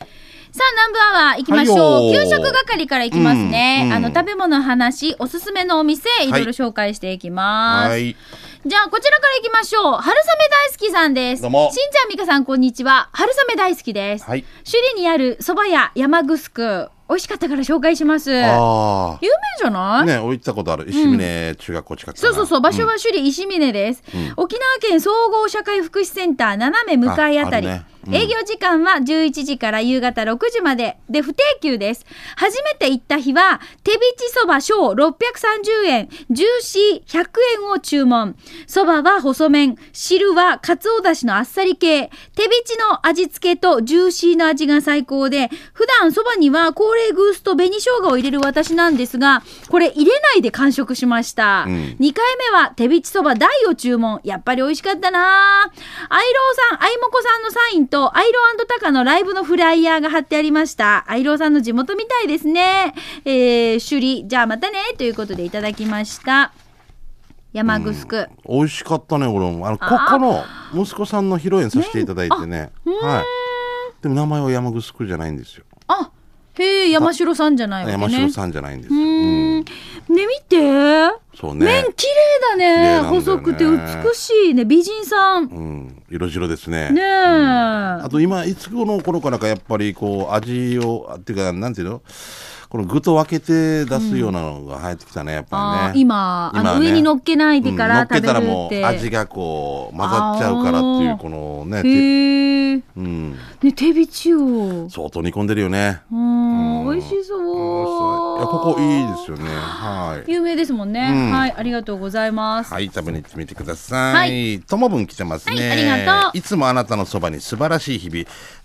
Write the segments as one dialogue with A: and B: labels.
A: 南部アワー行きましょう。
B: はいよ
A: 給
B: ー
A: 食係から行きますね。
B: うんうん
A: あの、食べ物の話、おすすめのお店、いろいろ紹介していきます。
B: はい。
A: じゃあ、こちらから行きましょう。春雨大好きさんです。
B: どうも
A: しんちゃん、みかさん、こんにちは。春雨大好きです。
B: はい。
A: 首里にある蕎麦屋山ぐすく。美味しかったから紹介します。有名
B: ああ。
A: じゃない、
B: ね、置いてたことある。石峰中学校近くか
A: そ
B: な。
A: うそうそう、場所は首里石峰です、
B: うん
A: 沖縄県総合社会福祉センター斜め向かいあたり。
B: ああるねうん
A: 営業時間は11時から夕方6時まで。で、不定休です。初めて行った日は、手びちそば小630円、ジューシー100円を注文。そばは細麺、汁はかつおだしのあっさり系。手びちの味付けとジューシーの味が最高で、普段そばには高麗グースと紅生姜を入れる私なんですが、これ入れないで完食しました。
B: うん
A: 2回目は手びちそば大を注文。やっぱり美味しかったなアイローさん、アイモコさんのサインと、アイロータカのライブのフライヤーが貼ってありました。アイローさんの地元みたいですね。えー、首里、じゃあまたね、ということでいただきました。山ぐすく。
B: 美味しかったね、俺も。あの、こ
A: あ
B: この息子さんの披露宴させていただいてね。はい。でも名前は山城じゃないんですよ。
A: あ、へえ、山城さんじゃないわけね。
B: 山城さんじゃないんです
A: うー
B: よ。
A: ん。ね、見て。
B: そうね
A: 麺。綺麗だね
B: 麗なんだよね
A: 細くて美しいね。美人さん。ね
B: うん。色白ですね。
A: え。
B: あと今いつこの頃からかやっぱりこう味をあっていうかなんていうのこの具と分けて出すようなのが入ってきたねやっ
A: あ
B: ぱ
A: ー
B: りね。
A: 今あ
B: 今は
A: の
B: ね
A: 上に乗っけないでか
B: うん
A: ら
B: 乗っけ
A: 食べ
B: たら
A: る
B: も
A: っ
B: う
A: て、
B: 味がこう混ざっちゃうからってい
A: あー
B: うこのねて、
A: へえね
B: うん、
A: 手びちを
B: 相当煮込んでるよね。
A: うん
B: うん
A: 美味しそう
B: いやここいいですよね。はい。
A: 有名ですもんね、
B: うん
A: はいありがとうございます、
B: はい、食べに行ってみてください。
A: は
B: ともぶん来てますね。
A: はいありがとう
B: いつもあなたのそばに素晴らしい日々。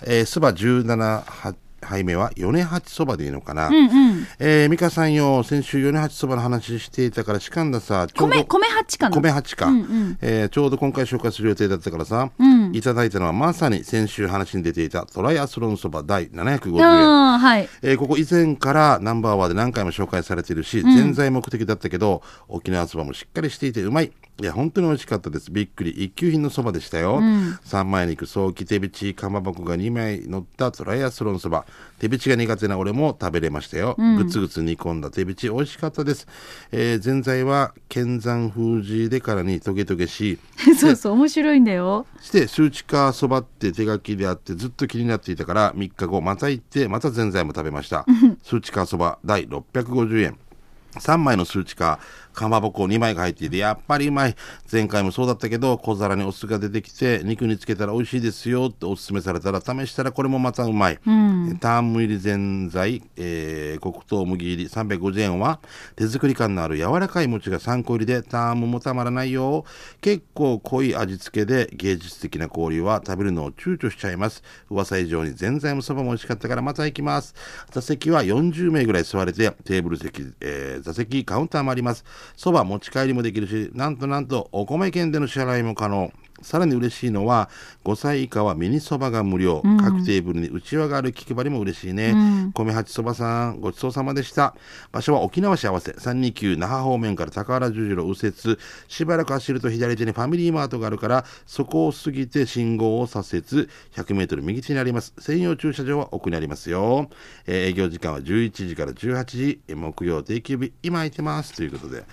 B: えー、そば17杯目は米八そばでいいのかな。
A: うんうん
B: えー、美香さんよ、先週米八そばの話していたから、しかんださ、ちょうど
A: 米米八かな
B: 米八か、
A: うんうん
B: えーちょうど今回紹介する予定だったからさ、
A: うん
B: いただいたのはまさに先週話に出ていたトライアスロンそば第750円。
A: あーはい
B: えーここ以前からナンバーワーで何回も紹介されているし、全在目的だったけど、沖縄そばもしっかりしていてうまい。いや、本当に美味しかったです。びっくり。一級品のそばでしたよ。三枚肉、ソーキ、手びち、かまぼこが2枚乗ったトライアスロンそば。手びちが苦手な俺も食べれましたよ。ぐつぐつ煮込んだ手びち、美味しかったです。えー、前菜は、剣山風じでからにトゲトゲし、
A: そうそう面白いんだよ
B: して数値化そばって手書きであってずっと気になっていたから3日後また行ってまたぜんざいも食べました数値化そば第650円3枚の数値化かまぼこ2枚が入っていてやっぱりうまい前回もそうだったけど小皿にお酢が出てきて肉につけたら美味しいですよっておすすめされたら試したらこれもまたうまい、ターンム入りぜんざい、えー黒糖麦入り350円は手作り感のある柔らかい餅が3個入りでターンムもたまらないよ結構濃い味付けで芸術的な交流は食べるのを躊躇しちゃいます噂以上にぜんざいもそばも美味しかったからまた行きます座席は40名ぐらい座れてテーブル席、えー座席カウンターもありますそば持ち帰りもできるしなんとなんとお米券での支払いも可能さらに嬉しいのは5歳以下はミニそばが無料、各テーブルにうちわがある気配りも嬉しいね、米八そばさんごちそうさまでした場所は沖縄市合わせ329那覇方面から高原十字路右折しばらく走ると左手にファミリーマートがあるからそこを過ぎて信号を左折 100m 右手にあります専用駐車場は奥にありますよ、えー営業時間は11時から18時えー木曜定休日今空いてますということで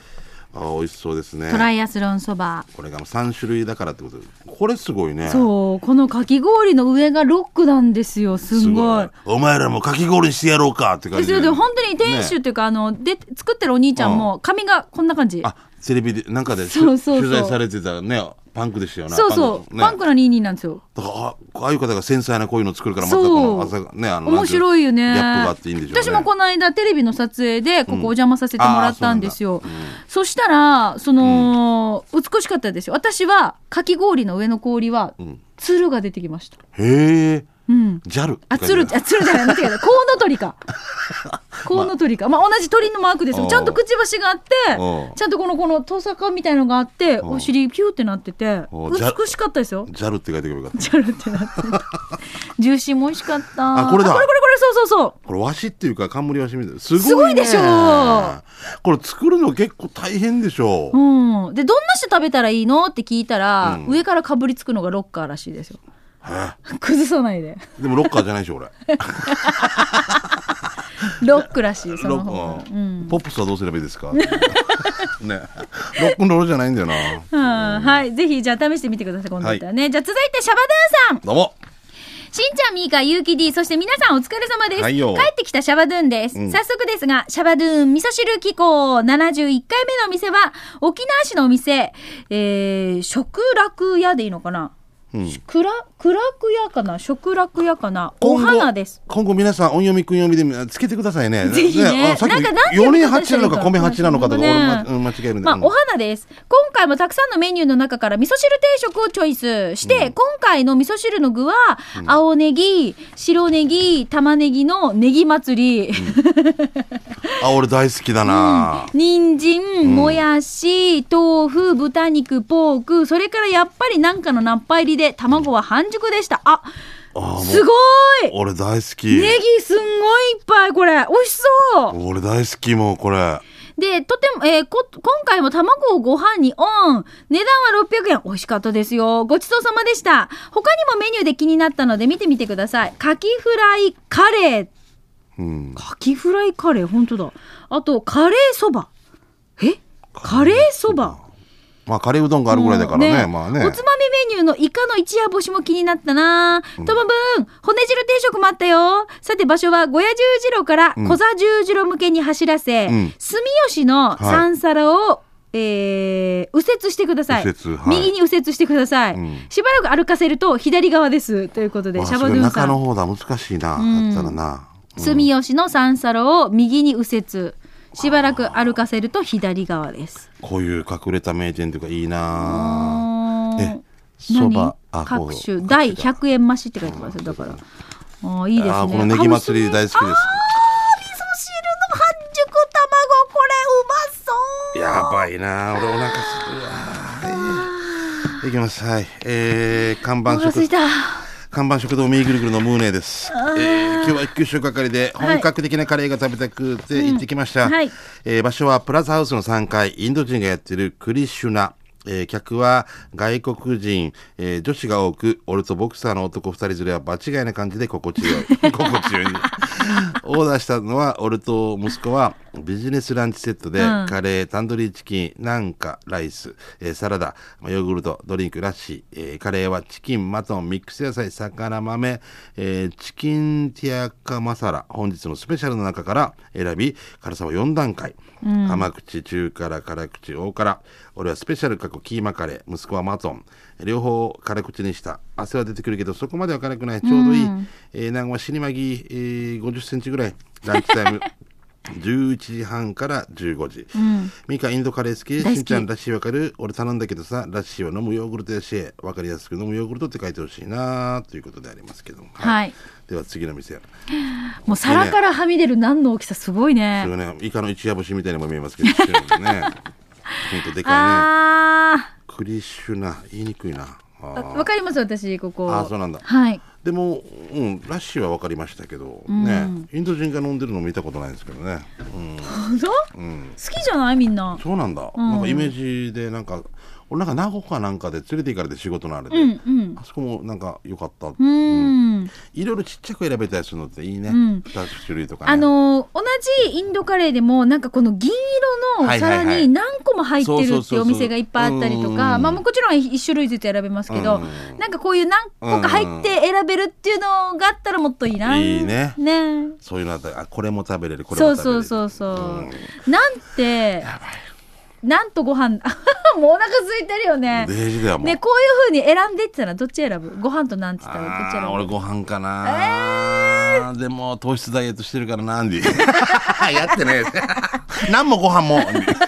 B: あー美味しそうですね
A: トライアスロンそば
B: これが3種類だからってことでこれすごいね
A: そうこのかき氷の上がロックなんですよすんごい
B: お前らもかき氷にしてやろうかって感
A: です
B: じ
A: よ
B: で
A: で本当に店主っていうか、あので作ってるお兄ちゃんも髪がこんな感じ
B: あテレビでなんかで
A: そうそうそう
B: 取材されてたねパンクでしたよね
A: そうそう
B: パ
A: パン
B: ンク
A: ク
B: ね
A: な22なんですよ
B: だからあああいう方が繊細なこういうの作るからまたこの
A: そう
B: 朝がねあの
A: 面白いよね
B: ギャップがあっていいんでしょうね
A: 私もこの間テレビの撮影でここお邪魔させてもらったんですよ、
B: あーそうなんだ
A: そしたらその、美しかったですよ私はかき氷の上の氷は、ツルが出てきました
B: へえ
A: うん
B: ジャル
A: あ、鶴、あ、鶴じゃない、間違え た。コウノトリか。コウノトリか。まあ、同じ鳥のマークです
B: お
A: よ。
B: う
A: ちゃんとくちばしがあって
B: おう、
A: ちゃんとこの、この、トサカみたいのがあって、
B: おう
A: お尻ピューってなってて、
B: おうじゃ
A: 美しかったですよ。
B: ジャルって書いてくればよかっ
A: ジャルってな ってて。ジューシーも美味しかった。
B: あこれだ
A: これこれこれ、そうそうそう。
B: たこれ和紙っていうか冠和紙みたいなすごい,、ね、
A: すごいでしょ
B: これ作るの結構大変でしょう、
A: うん、でどんな人食べたらいいのって聞いたら、
B: うん
A: 上からかぶりつくのがロッカーらしいですよ 崩さないで。
B: でもロッカーじゃないでしょ俺
A: ロックらしい、そ
B: ロ
A: の
B: ッ
A: 方
B: カ
A: が。
B: ー、ポップスはどうすればいいですか ねロックンロールじゃないんだよな
A: うんはい。ぜひ、じゃあ試してみてください、今度だったらね。じゃあ続いて、シャバドゥンさん。
B: どうも
A: しんちゃん、みーか、ゆうき D、そして皆さんお疲れ様です。
B: はい
A: 帰
B: よ
A: ってきたシャバドゥンです。
B: うん
A: 早速ですが、シャバドゥン味噌汁機構71回目のお店は、沖縄市のお店、えー、食楽屋でいいのかな、
B: うん
A: くら、くらく屋かな食楽屋かなお
B: 今後
A: 花です。
B: 今後皆さん音読み訓読みでつけてくださいね
A: ぜひね
B: あさっき
A: なんか何て
B: 4
A: 読
B: 年
A: み方した
B: 8
A: ら
B: ない
A: いか
B: のか米8なのかとか、
A: ね
B: 俺まうん間違えるん
A: ま
B: だ
A: あ、お花です。今回もたくさんのメニューの中から味噌汁定食をチョイスして、今回の味噌汁の具は、青ネギ、白ネギ、玉ねぎのネギ祭り、
B: あ俺大好きだな、
A: 人参、もやし、豆腐、豚肉、ポーク、それからやっぱりなんかのナッパ入りで、卵は半熟でした。あ、
B: あもう
A: すごい
B: 俺大好き、
A: ネギすんごいいっぱい、これ。美味しそう
B: 俺大好きもうこれ
A: で、とても、えーこ、今回も卵をご飯にオン。値段は600円。美味しかったですよ。ごちそうさまでした。他にもメニューで気になったので見てみてください。カキフライカレー。
B: うん
A: カキフライカレー、本当だ。あと、カレーそば。えカレーそば。
B: まあカレーうどんがあるぐらいだからね,、
A: うん
B: まあね
A: おつまみメニューのイカの一夜干しも気になったなともぶん骨汁定食もあったよさて場所は小屋十字路から
B: うん
A: 小座十字路向けに走らせ、
B: うん
A: 住吉の三皿を、えー右折してください
B: 右折はい
A: 右に右折してください、
B: うん
A: しばらく歩かせると左側ですということで、
B: まあ
A: シャ
B: そ
A: バ
B: れ
A: ドゥンさ
B: 中
A: ん
B: の方だ難しいな、だったらな、うん
A: 住吉の三皿を右に右折しばらく歩かせると左側です
B: こういう隠れた名店というかいいな
A: あー
B: えそ
A: 何
B: ばあこう
A: 各種第100円増しって書いてますよだからあーいいですね
B: あーこのネギ祭り大好きです
A: あー味噌汁の半熟卵これうまそう
B: やばいな俺お腹すくわいきますはいえー、看
A: お
B: 板
A: 腹す
B: 食
A: いた
B: 看板食堂ミーグルグルのムーネーです、えー、今日は一級食係で
A: はい
B: 本格的なカレーが食べたくて行ってきました、
A: うんはい
B: えー場所はプラザハウスの3階インド人がやってるクリシュナえー客は外国人、えー女子が多く俺とボクサーの男2人連れは場違いな感じで心地よい 心地よいオーダーしたのは俺と息子はビジネスランチセットで
A: うん
B: カレー、タンドリーチキン、なんか、ライス、えーサラダ、まあヨーグルト、ドリンク、ラッシー、えーカレーはチキン、マトン、ミックス野菜、魚、豆、えーチキンティアカマサラ、本日のスペシャルの中から選び、辛さは4段階。甘口、中辛、辛口、大辛。俺はスペシャル過去キーマカレー、息子はマトン。両方を辛口にした。汗は出てくるけど、そこまでは辛くない。ちょうどいい。えー、南は死にまぎ、えー50センチぐらい。ランチタイム。11時半から15時、ミカインドカレー好き
A: 大好き
B: しんちゃんラッシーわかる俺頼んだけどさラッシーは飲むヨーグルトやしわかりやすく飲むヨーグルトって書いてほしいなということでありますけども
A: はい
B: では次の店そ
A: もう皿からはみ出る何の大きさすごいね
B: れはねイカの一夜干しみたいにも見えますけど一緒にねほんとでか
A: あ
B: いねクリシュナ言いにくいなあ
A: ー
B: ー
A: わかります私ここ
B: あそうなんだ
A: はい
B: でも、うん、ラッシーはわかりましたけど、ねインド人が飲んでるの見たことないんですけどね、うん、
A: 本当好きじゃないみんな
B: そうなんだ、なんかイメージでなんか俺なんか名護かなんかで連れて行かれて仕事のあれで、
A: うんうん
B: あそこもなんか良かった、
A: うーん
B: いろいろちっちゃく選べたりするのっていいね、
A: ん
B: 2つ種類とか、ね、
A: あのー同じインドカレーでもなんかこの銀色の
B: はいはいは
A: 皿
B: い
A: に何個も入ってるっていうお店がいっぱいあったり
B: そう
A: と
B: そうそうそうう
A: か
B: ん
A: まあもちろん一種類ずつ選べますけど
B: うん
A: なんかこういう何個か入って選べるっていうのがあったらもっといいな。
B: いいね
A: ね
B: そういうのあったらあこれも食べれるこれ
A: そ
B: も
A: う
B: 食べれ
A: そ
B: る
A: うそうそう
B: うん。
A: なんてなんとご飯 もうお腹空いてるよね。
B: デージではもう、
A: ねこういうふうに選んでってたらどっち選ぶご飯となんて言ったらどっち
B: あ
A: 選
B: ー
A: ぶ
B: 俺ご飯かな、でも糖質ダイエットしてるからなアンディ やってね何もご飯もアンデ
A: ど
B: ィ
A: っ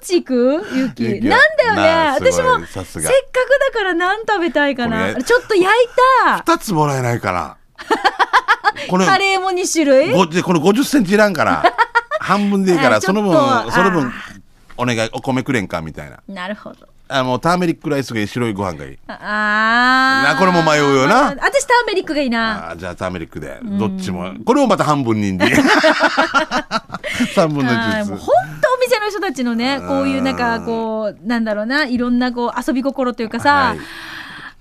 A: ち行くゆき。
B: ゆき
A: な
B: は
A: んだよね
B: な。あすごい
A: 私も、せ
B: さ
A: っか
B: す
A: く
B: が
A: だから何食べたいかな。
B: これ
A: ちょっと焼いた。
B: 2つもらえないから これ
A: カレーも2種類。
B: ごでこの50センチいらんから 半分でいいか
A: あ
B: ら
A: ちょ
B: そ
A: っと
B: の分その
A: あ
B: 分お願いお米くれんかみたいな
A: なるほど。
B: あもうターメリックライスがいい白いご飯がいい
A: ああ。
B: なこれも迷うよな
A: あ私ターメリックがいいな。
B: あーじゃあターメリックでどっちもこれをまた半分 にんで3分の
A: はい。
B: 1
A: もう
B: ずつ
A: 本当お店の人たちのね、こういうなんかこう、なんだろうな、いろんなこう遊び心というかさ、
B: はい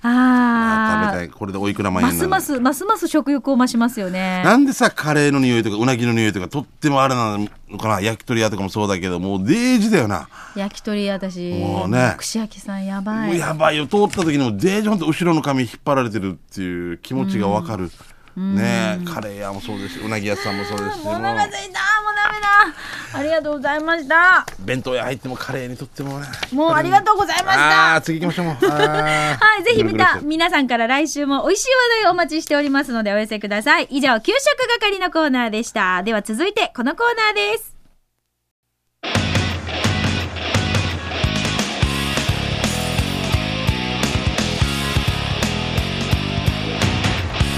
A: あ
B: 食
A: あ
B: べたいこれでおいくら万円
A: ま
B: なの
A: すますますます食欲を増しますよね
B: なんでさカレーの匂いとかうなぎの匂いとかとってもあれなのかな焼き鳥屋とかもそうだけどもうデージだよな、
A: 焼き鳥私
B: もうね
A: 串焼きさんやばい
B: やばいよ通った時にもデージほんと後ろの髪引っ張られてるっていう気持ちがわかる、ねえカレー屋もそうですしうなぎ屋さんもそうですし
A: もうお
B: もう
A: 腹すいたもうダメだありがとうございました
B: 弁当屋入ってもカレーにとってもね
A: もうありがとうございました
B: ああー次行きましょうもうは
A: はい、ぜひ見た
B: た
A: 皆さんから来週も美味しい話題をお待ちしておりますのでお寄せください。以上、給食係のコーナーでした。では続いて、このコーナーです。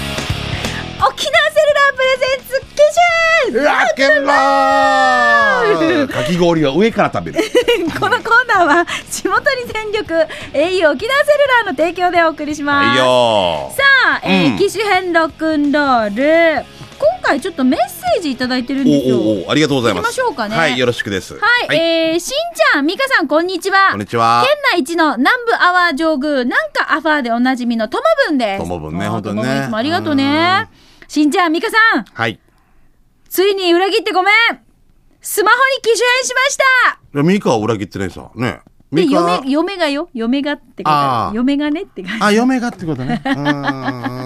A: 沖縄セルラープレゼンツキシュー
B: ラッケンロールかき氷は上から食べる
A: このコーナーは地元に全力 au 沖縄セルラーの提供でお送りします。
B: はいよ
A: さあ、えー
B: うん
A: 機種編ロックンロール今回ちょっとメッセージいただいてるんです
B: ー
A: よ
B: おおおおありがとうございます
A: 行きましょうかね
B: はいよろしくです
A: はい、えー、しんちゃん美香さんこんにちは
B: こんにちは
A: 県内一の南部アワー上宮なんかアファーでおなじみのともぶんです
B: ともぶんね
A: あー
B: 本当にね
A: ともぶんいつもありがとうねしんちゃん美香さん
B: はい
A: ついに裏切ってごめんスマホに機種変しました
B: いやミカは裏切ってないさね
A: で
B: ミカは
A: 嫁嫁がよ嫁がって書いてあ
B: あー
A: る嫁がねって書いてある
B: あ嫁がってことねうー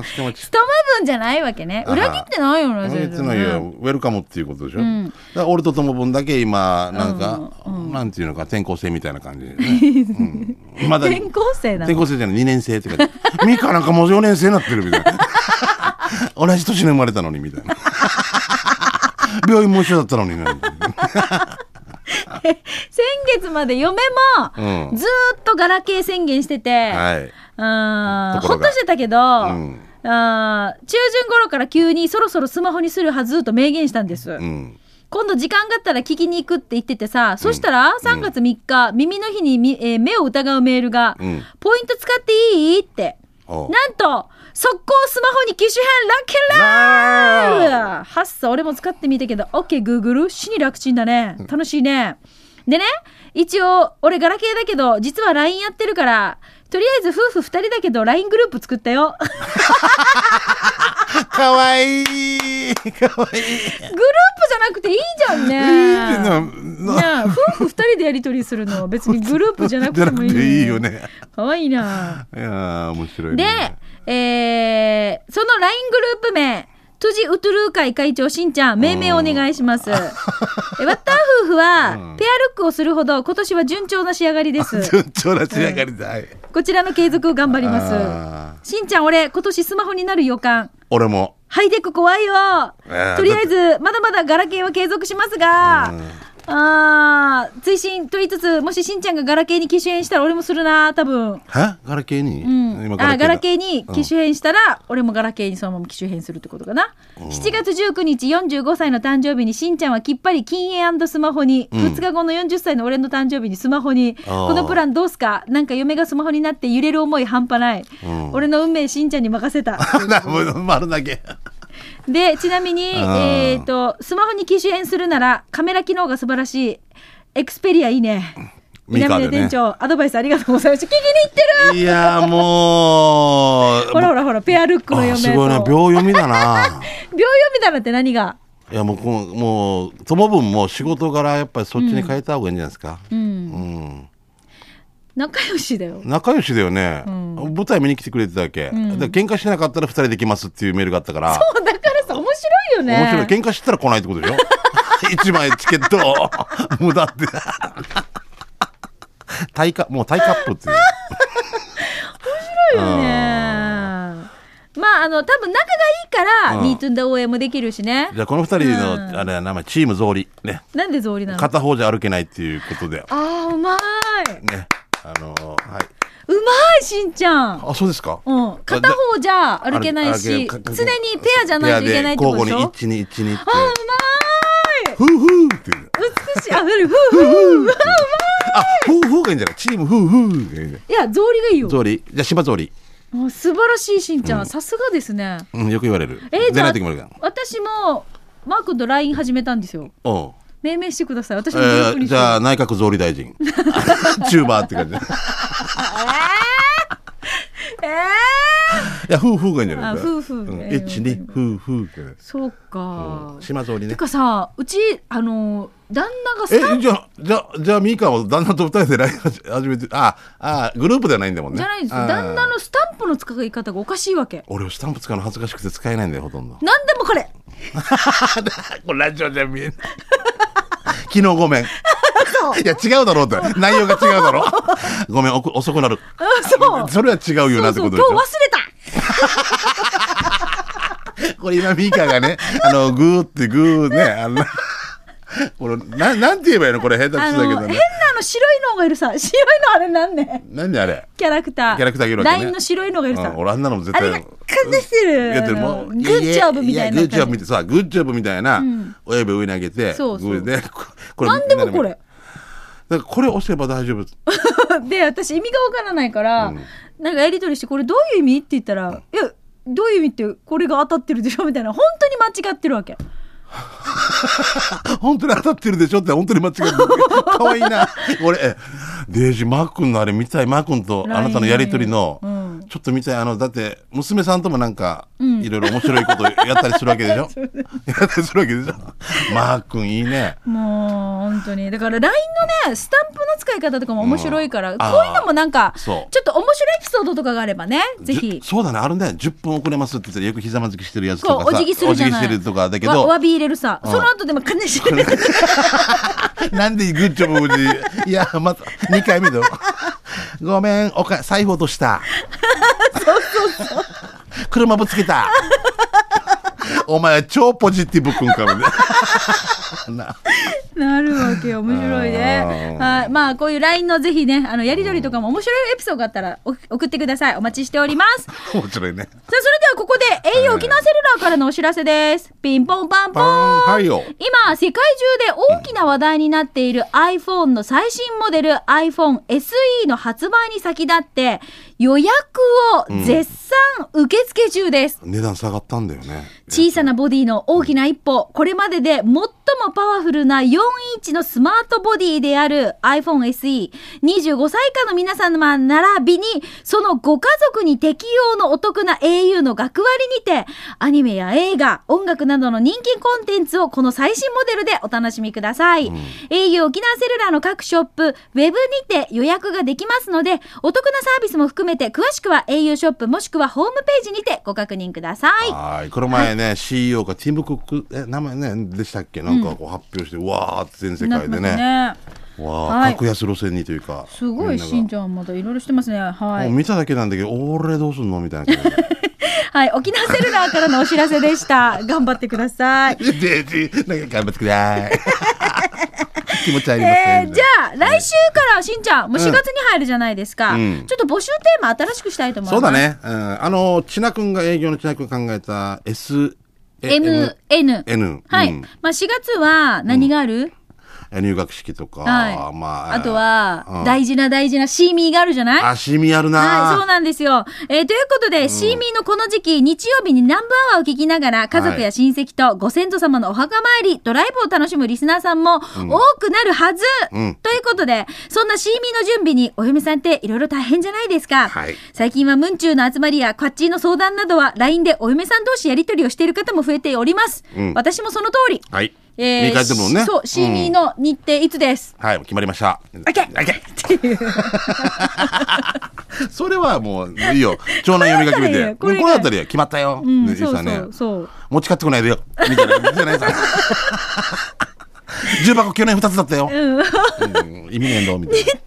B: んしかも
A: ともぶんじゃないわけね
B: あー
A: 裏切ってないよね
B: 俺
A: 全
B: つ
A: 然
B: のよ
A: ね
B: ウェルカムっていうことでしょ、
A: ん
B: だから俺と友分だけ今なんか、
A: うん
B: なんていうのか転校生みたいな感じで、ねうん、まだ
A: 転校生なの
B: 転校生じゃない2年生って感じミカなんかもう4年生になってるみたいな同じ年に生まれたのにみたいな病院も一緒だったのにね
A: 先月まで嫁も、
B: うん
A: ずーっとガラケー宣言してて、
B: は
A: う
B: い、
A: ん
B: と
A: ほ
B: ころ
A: っ
B: が
A: としてたけど、
B: ん
A: あー中旬頃から急にそろそろスマホにするはずと明言したんです、
B: うん、
A: 今度時間があったら聞きに行くって言っててさそしたら3月3日、耳の日にみ、えー目を疑うメールが、
B: うん
A: ポイント使っていい?」って
B: おう
A: なんと速攻スマホに機種変ラッキーラはっさ俺も使ってみたけど OKGoogle 死に楽ちんだね楽しいねでね一応俺ガラケーだけど実は LINE やってるからとりあえず夫婦2人だけど LINE グループ作ったよ
B: かわいいかわいい
A: グループじゃなくていいじゃんね
B: えー
A: ね
B: な
A: え夫婦2人でやり取りするの別にグループじゃなくても いい
B: じゃなくていいよね
A: かわいいない
B: やー面白い
A: で
B: ね、
A: えーその LINE グループ名、トジウトゥルー会会長しんちゃん、命名お願いします。えワッター夫婦は、ペアルックをするほど、今年は順調な仕上がりです。
B: 順調な仕上がりだ、はい
A: こちらの継続を頑張りま
B: あ
A: す。しんちゃん、俺、今年スマホになる予感。
B: 俺も
A: ハイテク怖いよ
B: ー
A: とりあえず、まだまだガラケーは継続しますが、あー追伸と言いつつ、もししんちゃんがガラケーに機種変したら俺もするな、多分。
B: はガラケーに、
A: うん、
B: 今
A: あガラ
B: ー
A: ケーに機種変したら、俺もガラケーにそのまま機種変するってことかな、7月19日45歳の誕生日にしんちゃんはきっぱり禁煙スマホに、2日後の40歳の俺の誕生日にスマホに
B: あー
A: このプランどうすかなんか嫁がスマホになって揺れる思い半端ない、
B: ん
A: 俺の運命しんちゃんに任せ た
B: だもう丸投げ
A: でちなみに、
B: あー
A: えー、とスマホに機種変するならカメラ機能が素晴らしいエクスペリアいいね
B: ミカだ
A: 南
B: よ
A: 出
B: ね
A: 店長、アドバイスありがとうございました聞きに行ってる
B: いやーもう
A: ほらほらほらペアルックの
B: あ
A: 嫁
B: ーすごいな
A: と
B: 秒読みだな
A: 秒読みだなって何が
B: いやもうこのもう友分も仕事柄やっぱりそっちに変えた方がいいんじゃないですかうん、
A: 仲良しだよ。
B: 仲良しだよね、舞台見に来てくれてたわけ、だから喧嘩しなかったら二人で来ますっていうメールがあったから
A: そうだからさ面白いよね。
B: 面白い喧嘩してたら来ないってことでし ょ一枚チケット 無駄ってタイカもうタイカップっていう
A: 面白いよね。まああの多分仲がいいから、
B: うん
A: ミートゥンだ応援もできるしね。
B: じゃあこの二人の、あれ名前チーム草履ね
A: なんで草履なの？あ
B: 片方じゃ歩けないっていうことで
A: あーうまい。
B: ねあのーはいう
A: まいしんちゃん。
B: あそうですか、
A: うん、片方じゃ歩けない
B: 歩
A: し
B: け
A: 常
B: 歩
A: に
B: け
A: ペアじゃないといけないってことでしょ
B: ペ
A: あ
B: アで交互に一二一二って
A: あうまい
B: ふうふうっていう
A: 美しいあふるふうふう
B: あふうふうがいいんじゃないチームふうふうがいいんじゃない
A: いや草履がいいよ
B: 草履じゃあ芝草履、
A: もう素晴らしいしんちゃんさすがですね
B: うん、よく言われる
A: えーじ
B: 出
A: ゃ
B: な
A: あ
B: い時もあるから
A: 私もマー君と LINE 始めたんですよ
B: おう
A: 命名してください。私
B: え
A: もグループ
B: ー
A: にし
B: じ
A: よう
B: ゃあ内閣 総理大臣チューバーって感じ
A: えー
B: いや、夫婦がいいんじゃない
A: あ夫婦
B: うん
A: がいい
B: エッチに、夫婦がいい。
A: そうか
B: うん。島蔵に
A: て
B: ね。
A: かさ、うち、あの、旦那がさ、
B: え、じゃあ、じゃあ、じゃあ、みーかんは旦那と二人でライブ始めて、ああ、グループではないんだもんね。
A: じゃないです
B: あ
A: よ。
B: ー
A: 旦那のスタンプの使い方がおかしいわけ。
B: 俺、スタンプ使うの恥ずかしくて使えないんだよ、ほ とんど。
A: なんでもこれ。
B: これラジオじゃ見えない。昨日ごめん。いや、違うだろうって。内容が違うだろ。ごめん、おく遅くなる。
A: うんそう。
B: それは違うよなって
A: そうそ
B: こ
A: う、
B: と
A: 今
B: でし
A: 日忘
B: ょ
A: れた。
B: これ今ミカがねあのグーってグーねあの これななんて言えばいいのこれ下手く
A: あ
B: そだ
A: の、
B: け
A: 変
B: ど
A: なあ
B: ね
A: の白いのがいるさ。白いのあれなんね
B: 何あれ
A: キャラクター。
B: キャラクターがいるわけね
A: LINE の白いのがいる
B: う
A: さ。
B: ん俺あんなのも絶
A: あ
B: 対
A: れが崩してる。
B: やってる
A: あ
B: も
A: の
B: う
A: グッジョブみたいな感
B: やグッジョブ
A: じ。
B: みたいさグッジョブみたいな
A: うん
B: 親指上に上げて
A: そうそう
B: グーでここ
A: なんでもこれ。
B: だからこれ押せば大丈夫
A: で、私意味がわからないから、
B: うん
A: なんかやりとりして、これどういう意味って言ったら、いや、どういう意味ってこれが当たってるでしょみたいな。本当に間違ってるわけ。
B: 本当に当たってるでしょって本当に間 違ってる可愛いな俺えデイジマー君のあれ見たいマー君とあなたのやりとりの、
A: うん
B: ちょっと見たいあのだって娘さんともなんか
A: ん
B: いろいろ面白いことやったりするわ けでしょやったりするわけでしょマー君いいね
A: もう本当にだから LINE のねスタンプの使い方とかも面白いから、
B: うん
A: こ
B: あー
A: ういうのもなんかちょ
B: そう
A: っと面白いエピソードとかがあればねぜ
B: じゅ
A: ひ
B: そうだねあるね10分遅れますって言ったらよくひざまずきしてるやつと
A: こ
B: か
A: うお
B: さ
A: 辞儀するじゃない
B: お辞儀してるとかだけ
A: わ
B: ど
A: 詫び入れるさ、
B: うん
A: その後でも金し
B: なんでグッジョブにいやまた2回目だよごめんおか財布落とした車ぶつけたお前は超ポジティブ君かも ねな
A: なるわけよ面白いね
B: うん
A: はいまあこういう LINE のぜひねあのやり取りとかも面白いエピソードがあったらお送ってくださいお待ちしております
B: 面白いね
A: さあそれではここで栄養沖縄セルラーからのお知らせですピンポンパンポ
B: パ
A: ン
B: ンはいよ
A: 今、世界中で大きな話題になっている iPhone の最新モデル iPhone SE の発売に先立って予約を絶賛受付中です。
B: 値段下がったんだよね
A: 小さなボディの大きな一歩、これまでで最もパワフルな4インチのスマートボディである iPhone SE、25歳以下の皆様並びに、そのご家族に適用のお得な au の学割にて、アニメや映画、音楽などの人気コンテンツをこの最新モデルでお楽しみください。au 沖縄セルラーの各ショップ、ウェブにて予約ができますので、お得なサービスも含めて詳しくは au ショップもしくはホームページにてご確認ください。
B: はいこの前ね、CEO がティム・クックえ名前ねでしたっけなんかこう発表して、うわーって全世界でね
A: なんか
B: わー、
A: はい
B: 格安路線にというか
A: すご
B: み
A: い
B: んなが
A: しんちゃんまたいろいろしてますねは
B: もう
A: い、
B: 見ただけなんだけど俺どうすんのみたいな感
A: はい、沖縄セルラーからのお知らせでした 頑張ってください、
B: じででなんか頑張ってくだ さい気持ちありませ
A: え
B: ん、
A: ー、じゃあ来週からしんちゃんもう4月に入るじゃないですか、
B: うん
A: ちょっと募集テーマ新しくしたいと思い
B: そ
A: ま
B: う
A: す
B: だね、うん、あの千奈君が営業の千奈君が考えた S
A: MN
B: N
A: はい、
B: うん
A: まあ、4月は何がある、
B: 入学式とか、
A: はい
B: まあ
A: あとは、
B: うん
A: 大事な大事なシーミーがあるじゃない
B: 足見やるな、
A: はい、そうなんですよ。えーということで、シーミーのこの時期、日曜日に南部アワーを聞きながら、家族や親戚とご先祖様のお墓参り、ドライブを楽しむリスナーさんも多くなるはず、
B: うん
A: ということで、そんなシーミーの準備にお嫁さんっていろいろ大変じゃないですか。
B: はい
A: 最近はムンチューの集まりや、カッチーの相談などは、LINE でお嫁さん同士やりとりをしている方も増えております。
B: うん
A: 私もその通り。
B: はい
A: えー
B: 見返ってるもんね
A: そう、シーミーの日程いつです。
B: はい決まりました
A: オッケー
B: オッケー
A: っていう。
B: それはもういいよ長男読みが決め て
A: これだったらいいよこれが
B: これだったらいいよ決まったよ、
A: うん、
B: ね
A: そう
B: いいさ
A: そ
B: ね
A: う、そう。
B: 持ち帰ってこないでよみたいな感じじゃな いさ重箱去年2つだったよ、
A: うん
B: うん意味ねえんだみ たいな
A: 日程調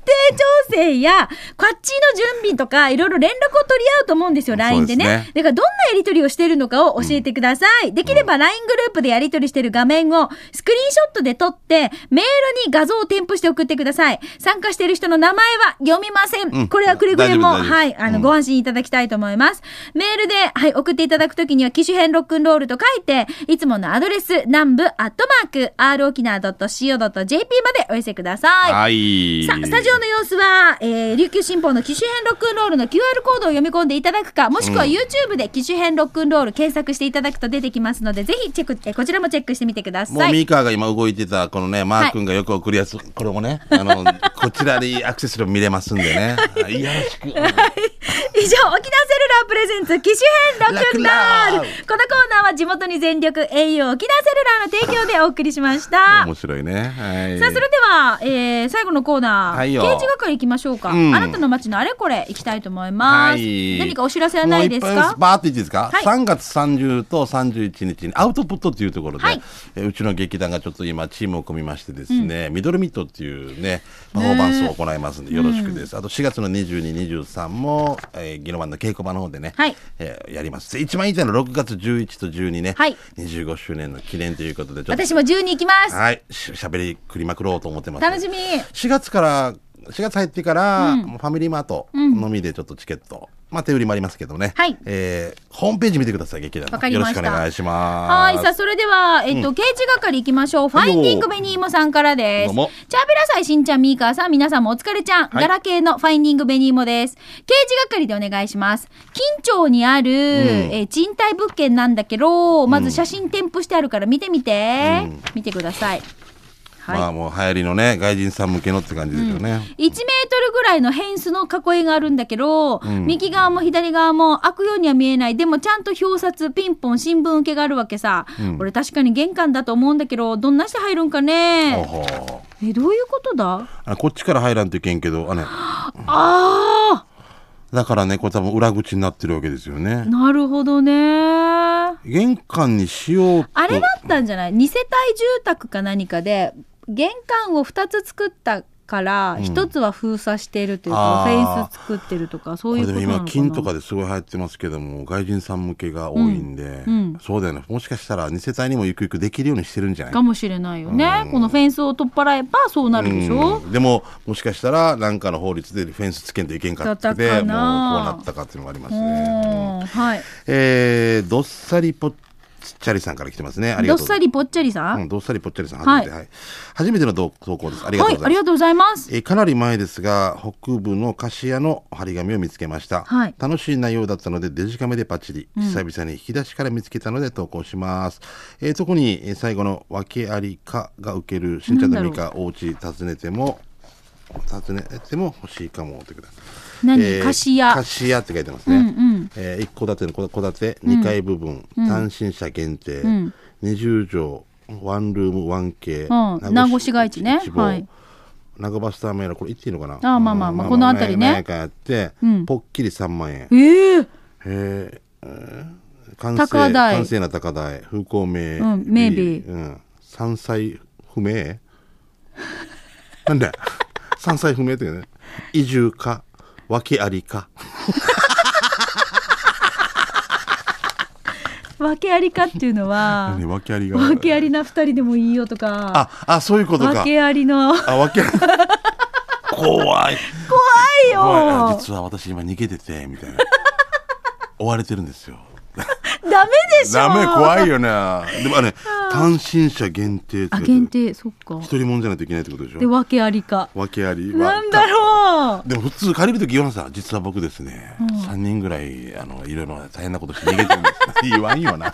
A: 整や、こっちの準備とか、いろいろ連絡を取り合うと思うんですよ、
B: そうですね
A: LINE でね。だから、どんなやり取りをしているのかを教えてください。できれば LINE グループでやり取りしている画面を、スクリーンショットで撮って、メールに画像を添付して送ってください。参加している人の名前は読みません。
B: うん
A: これはくれぐれも、
B: 大丈夫大丈夫
A: はい、あの、
B: うん
A: ご安心いただきたいと思います。メールで、はい、送っていただくときには、機種編ロックンロールと書いて、いつものアドレス、南部アットマーク、r 沖縄 .co.jp までお寄せください。
B: はい
A: さあ、スタジオの様様子は、えー琉球新報の機種編ロックンロールの QR コードを読み込んでいただくか、もしくは YouTube で機種編ロックンロール検索していただくと出てきますので、ぜひチェック、えーこちらもチェックしてみてくだ
B: も
A: さ
B: う
A: い。
B: ミーカーが今動いてたこのねマー君がよく送るやつ、これ もねあのこちらにアクセスでも見れますんでね、はい、よろしく
A: 以上、沖縄セルラープレゼンツ機種編ロックンロール
B: ロックンロー
A: このコーナーは地元に全力 au 沖縄セルラーの提供でお送りしました。
B: 面白いねはい
A: さあそれでは、えー最後のコーナー、
B: はいよ
A: 刑事係行きましょうか、
B: うん
A: あなたの街のあれこれ行きたいと思います、
B: はい
A: 何かお知らせはないです
B: もういっぱ
A: か
B: バーって言っていいですか、
A: はい
B: 3月30と31日にアウトプットというところで、
A: はい
B: えうちの劇団がちょっと今チームを組みましてですね、ミドルミットっていうねパフォーマンスを行いますんでよろしくです、あと4月の2223も、えー、ギノマンの稽古場の方でね、
A: はい
B: えーやりますで一番いいのは6月11と12ね、
A: はい
B: 25周年の記念ということでちょっと
A: 私も12行きます、
B: はいししゃべりくりまくろうと思ってます
A: 楽しみ
B: 4月から4月入ってから、もうファミリーマートのみでちょっとチケット、まあ手売りもありますけどね、
A: はい
B: えーホームページ見てください劇団の
A: わかりました
B: よろしくお願いしま
A: は
B: す
A: いさあそれでは、えっと刑事係行きましょうフ
B: はい
A: ァ
B: よ
A: インディングベニーモさんからで
B: ど
A: す
B: うも
A: チャーベラサイしんちゃんミーカーさん皆さんもお疲れちゃん、
B: はい
A: ガラケーのファインディングベニーモです刑事係でお願いします近町にある、えー賃貸物件なんだけどまず写真添付してあるから見てみて、見てくださいはい、
B: まあもう流行りのね外人さん向けのって感じですよね、
A: 1メートルぐらいのフェンスの囲いがあるんだけど、右側も左側も開くようには見えないでもちゃんと表札ピンポン新聞受けがあるわけさ、俺確かに玄関だと思うんだけどどんなして入るんか
B: ほう
A: ね
B: ほう
A: えどういうことだ
B: あこっちから入らんといけんけどあね
A: あ
B: だからねこれ多分裏口になってるわけですよ
A: ー
B: ね
A: なるほどねあ
B: 玄関にしようと
A: れだったんじゃない2世帯住宅か何かで玄関を2つ作ったから1つは封鎖してるというか、
B: あ
A: フ
B: ー
A: ェンス作ってるとかそ
B: こ
A: うい
B: れ
A: う
B: で
A: こと
B: も
A: なのかな
B: 今金とかですごい流行ってますけども外人さん向けが多いんで、
A: んうん
B: そうだよねもしかしたら2世帯にもゆくゆくできるようにしてるんじゃない
A: かもしれないよね、このフェンスを取っ払えばそうなるでしょ、
B: うんでももしかしたら何かの法律でフェンスつけんといけんかって
A: だった
B: でも
A: か
B: うこう
A: な
B: なったかっていうのもあります
A: う
B: ね。
A: ん、はい
B: えー、どっさりぽっちゃりさんから来てますね。あり
A: ど
B: が
A: っ
B: とうござ
A: さ
B: います。
A: りぽっちゃりさん、
B: うん、どっさりぽっちゃりさん初
A: はい
B: めて、はい初めての投投稿です。ありがと
A: は
B: う
A: い
B: ご
A: ありが
B: ざいます。
A: とうございます
B: えーかなり前ですが北部の菓子屋の張り紙を見つけました、
A: はい
B: 楽しい内容だったのでデジカメでパチリ久々に引き出しから見つけたので投稿します、えー特にえー最後の「訳ありか」が受ける新茶のみかお家訪ねても訪ねても欲しいかもということで
A: 何、
B: えー
A: 菓子屋
B: 菓子屋って書いてますね、えー、一戸建ての戸建て2階部分、単身者限定、20畳ワンルーム 1K、
A: うん名護市街地ね
B: 一望
A: はい
B: 名護バスターメイラこれ言っていいのかな
A: あーまあまあまあこの辺りね
B: 何回やって、ぽっきり3万
A: え
B: 円
A: えー
B: えー完成
A: 高台
B: 完成な高台風
A: う
B: 光明
A: ん明媚
B: うん、山菜不明なんだよ山菜不明ってね移住か訳ありか
A: 訳ありかっていうのは
B: 何訳ありが
A: 訳ありな二人でもいいよとか
B: ああそういうことか
A: 訳ありの怖
B: あ訳あ り怖い
A: い
B: 怖い
A: よ
B: 実は私今逃げててみた いな追われてるんですよ
A: ダメでしょ
B: ダメ
A: い
B: 怖いよねでもあれ単身者限定って
A: あ
B: 書いてある
A: 限定そっか
B: 一人もんじゃないといけないってことでし
A: で
B: ょ
A: 訳ありか
B: 訳ありは
A: なんだろう
B: でも普通借りるとき言わんさ実は僕ですね、三3人ぐらいあのいろいろ大変なことして逃げてる んですよ言わんよな
A: はい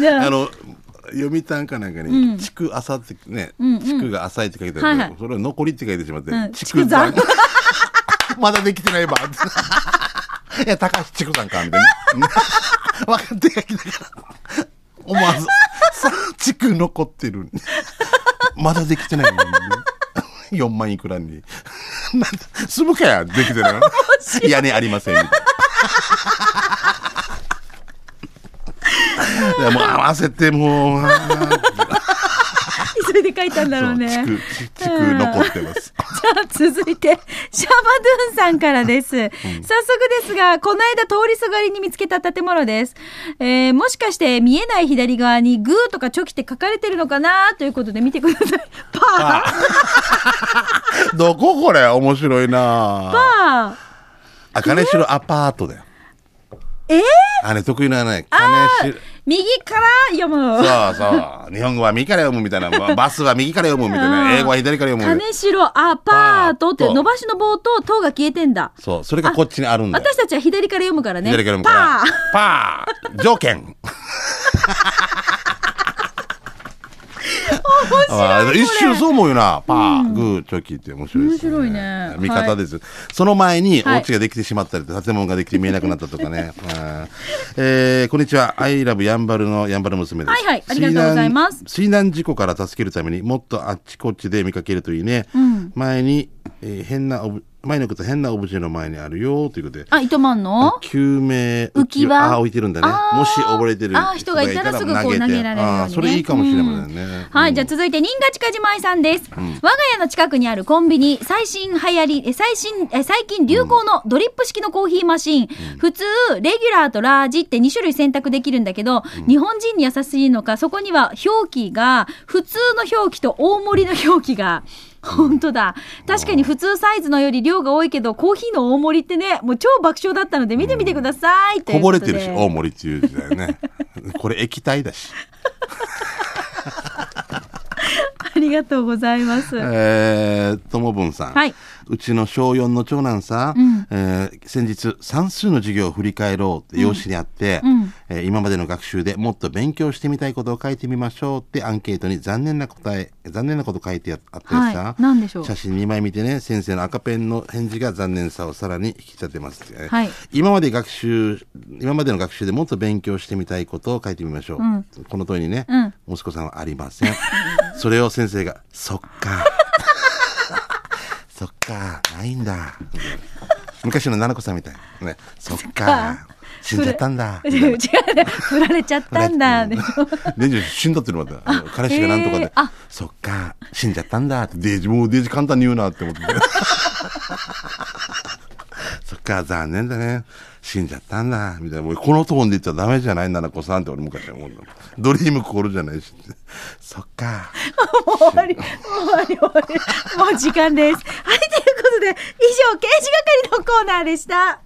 A: じゃ
B: あ
A: あ
B: の読谷かなんかに「地区浅」ってね「地区が浅い」って書いてある
A: はい
B: け
A: は
B: ど
A: い
B: それを「残り」って書いてしまって
A: うん
B: 「地区山」 まだできてないば いや高橋地区山かみたいな 分かって書きながら思わずさ「地区残ってる」まだできてない のに4万いくらに「なんだ住むかやでき てないの屋根ありません」みたいな。いやもう合わせてもう
A: 急いで書いたんだろ
B: そうう
A: ね
B: 地区地地区残ってます。
A: じゃあ続いてシャバドゥンさんからです、早速ですがこの間通りすがりに見つけた建物です、えーもしかして見えない左側にグーとかチョキって書かれてるのかなということで見てくださ いパ
B: どここれ面白いなあ。
A: ーパー
B: あ金城アパートだよ。
A: えー
B: あれ得意なね金城
A: 右から読む。
B: そうそう。日本語は右から読むみたいな、 まあバスは右から読むみたいな、英語は左から読むみたい
A: 金城アパートっ
B: パー
A: て
B: ト
A: 伸ばしの棒と塔が消えてんだ。
B: な。そう、それがこっちにあるんだよ。
A: 私たちは左から読むからね。
B: 左から読む
A: パー
B: から。パー条件。あー一瞬そう思うよな。パー、グー、チョキって面白いです、ね。
A: 面白いね
B: 見方ですよ、その前にお
A: はい
B: 家ができてしまったり、建物ができて見えなくなったとか ね。うんえーこんにちは。アイラブヤンバルのヤンバル娘です。
A: はいはいありがとうございます
B: 水難。水難事故から助けるためにもっとあっちこっちで見かけるといいね。前に、えー変なオブ、前のこと変なオブジェの前にあるよということで。
A: あ、糸満の
B: 救命
A: 浮き輪
B: ああ置いてるんだね
A: あー
B: もし溺れてる
A: あー人がいたらすぐこう投げられるようにね
B: あーそれいいかもしれませんね、
A: はい、じゃあ続いて、新賀近島井さんです。我が家の近くにあるコンビニ、最新流行り、え最新、え最近流行のドリップ式のコーヒーマシーン。普通、レギュラーとラージって2種類選択できるんだけど、日本人に優しいのか、そこには表記が、普通の表記と大盛りの表記が、本当だ。確かに普通サイズのより量が多いけど、コーヒーの大盛りってね、もう超爆笑だったので見てみてください。とい
B: こ
A: うと
B: ぼれ
A: で
B: てるし大盛りっていう時代ね これ液体だし、
A: ありがとうございます。
B: えー、ともぶんさん、
A: はいう
B: ちの小4の長男さ、えー先日算数の授業を振り返ろうって用紙にあって、えー今までの学習でもっと勉強してみたいことを書いてみましょうってアンケートに残念な答え残念なこと書いてあったりさ、
A: はい何でしょう
B: 写真2枚見てね先生の赤ペンの返事が残念さをさらに引き立てます、えー
A: はい
B: 今まで学習今までの学習でもっと勉強してみたいことを書いてみましょう、この問いにね、
A: うん
B: 息子さんはありません それを先生が「そっか そっかないんだ」昔の七子さんみたいなね「そっか死んじゃったんだ」
A: 違う、振られちゃったんだ。でしょ
B: デイジ死んだっていうのまたあの彼氏がなんとか
A: へー
B: で
A: あ
B: 「そっか死んじゃったんだ」ってデイジもうデイジ簡単に言うなって 思ってそっか残念だね死んじゃったんだみたいなもうこのトーンで言ったらダメじゃない七子さんって俺昔は思うのドリームコールじゃないしそっか
A: もう終わり、もう終わり、終わり。もう時間です。はい、ということで、以上、刑事係のコーナーでした。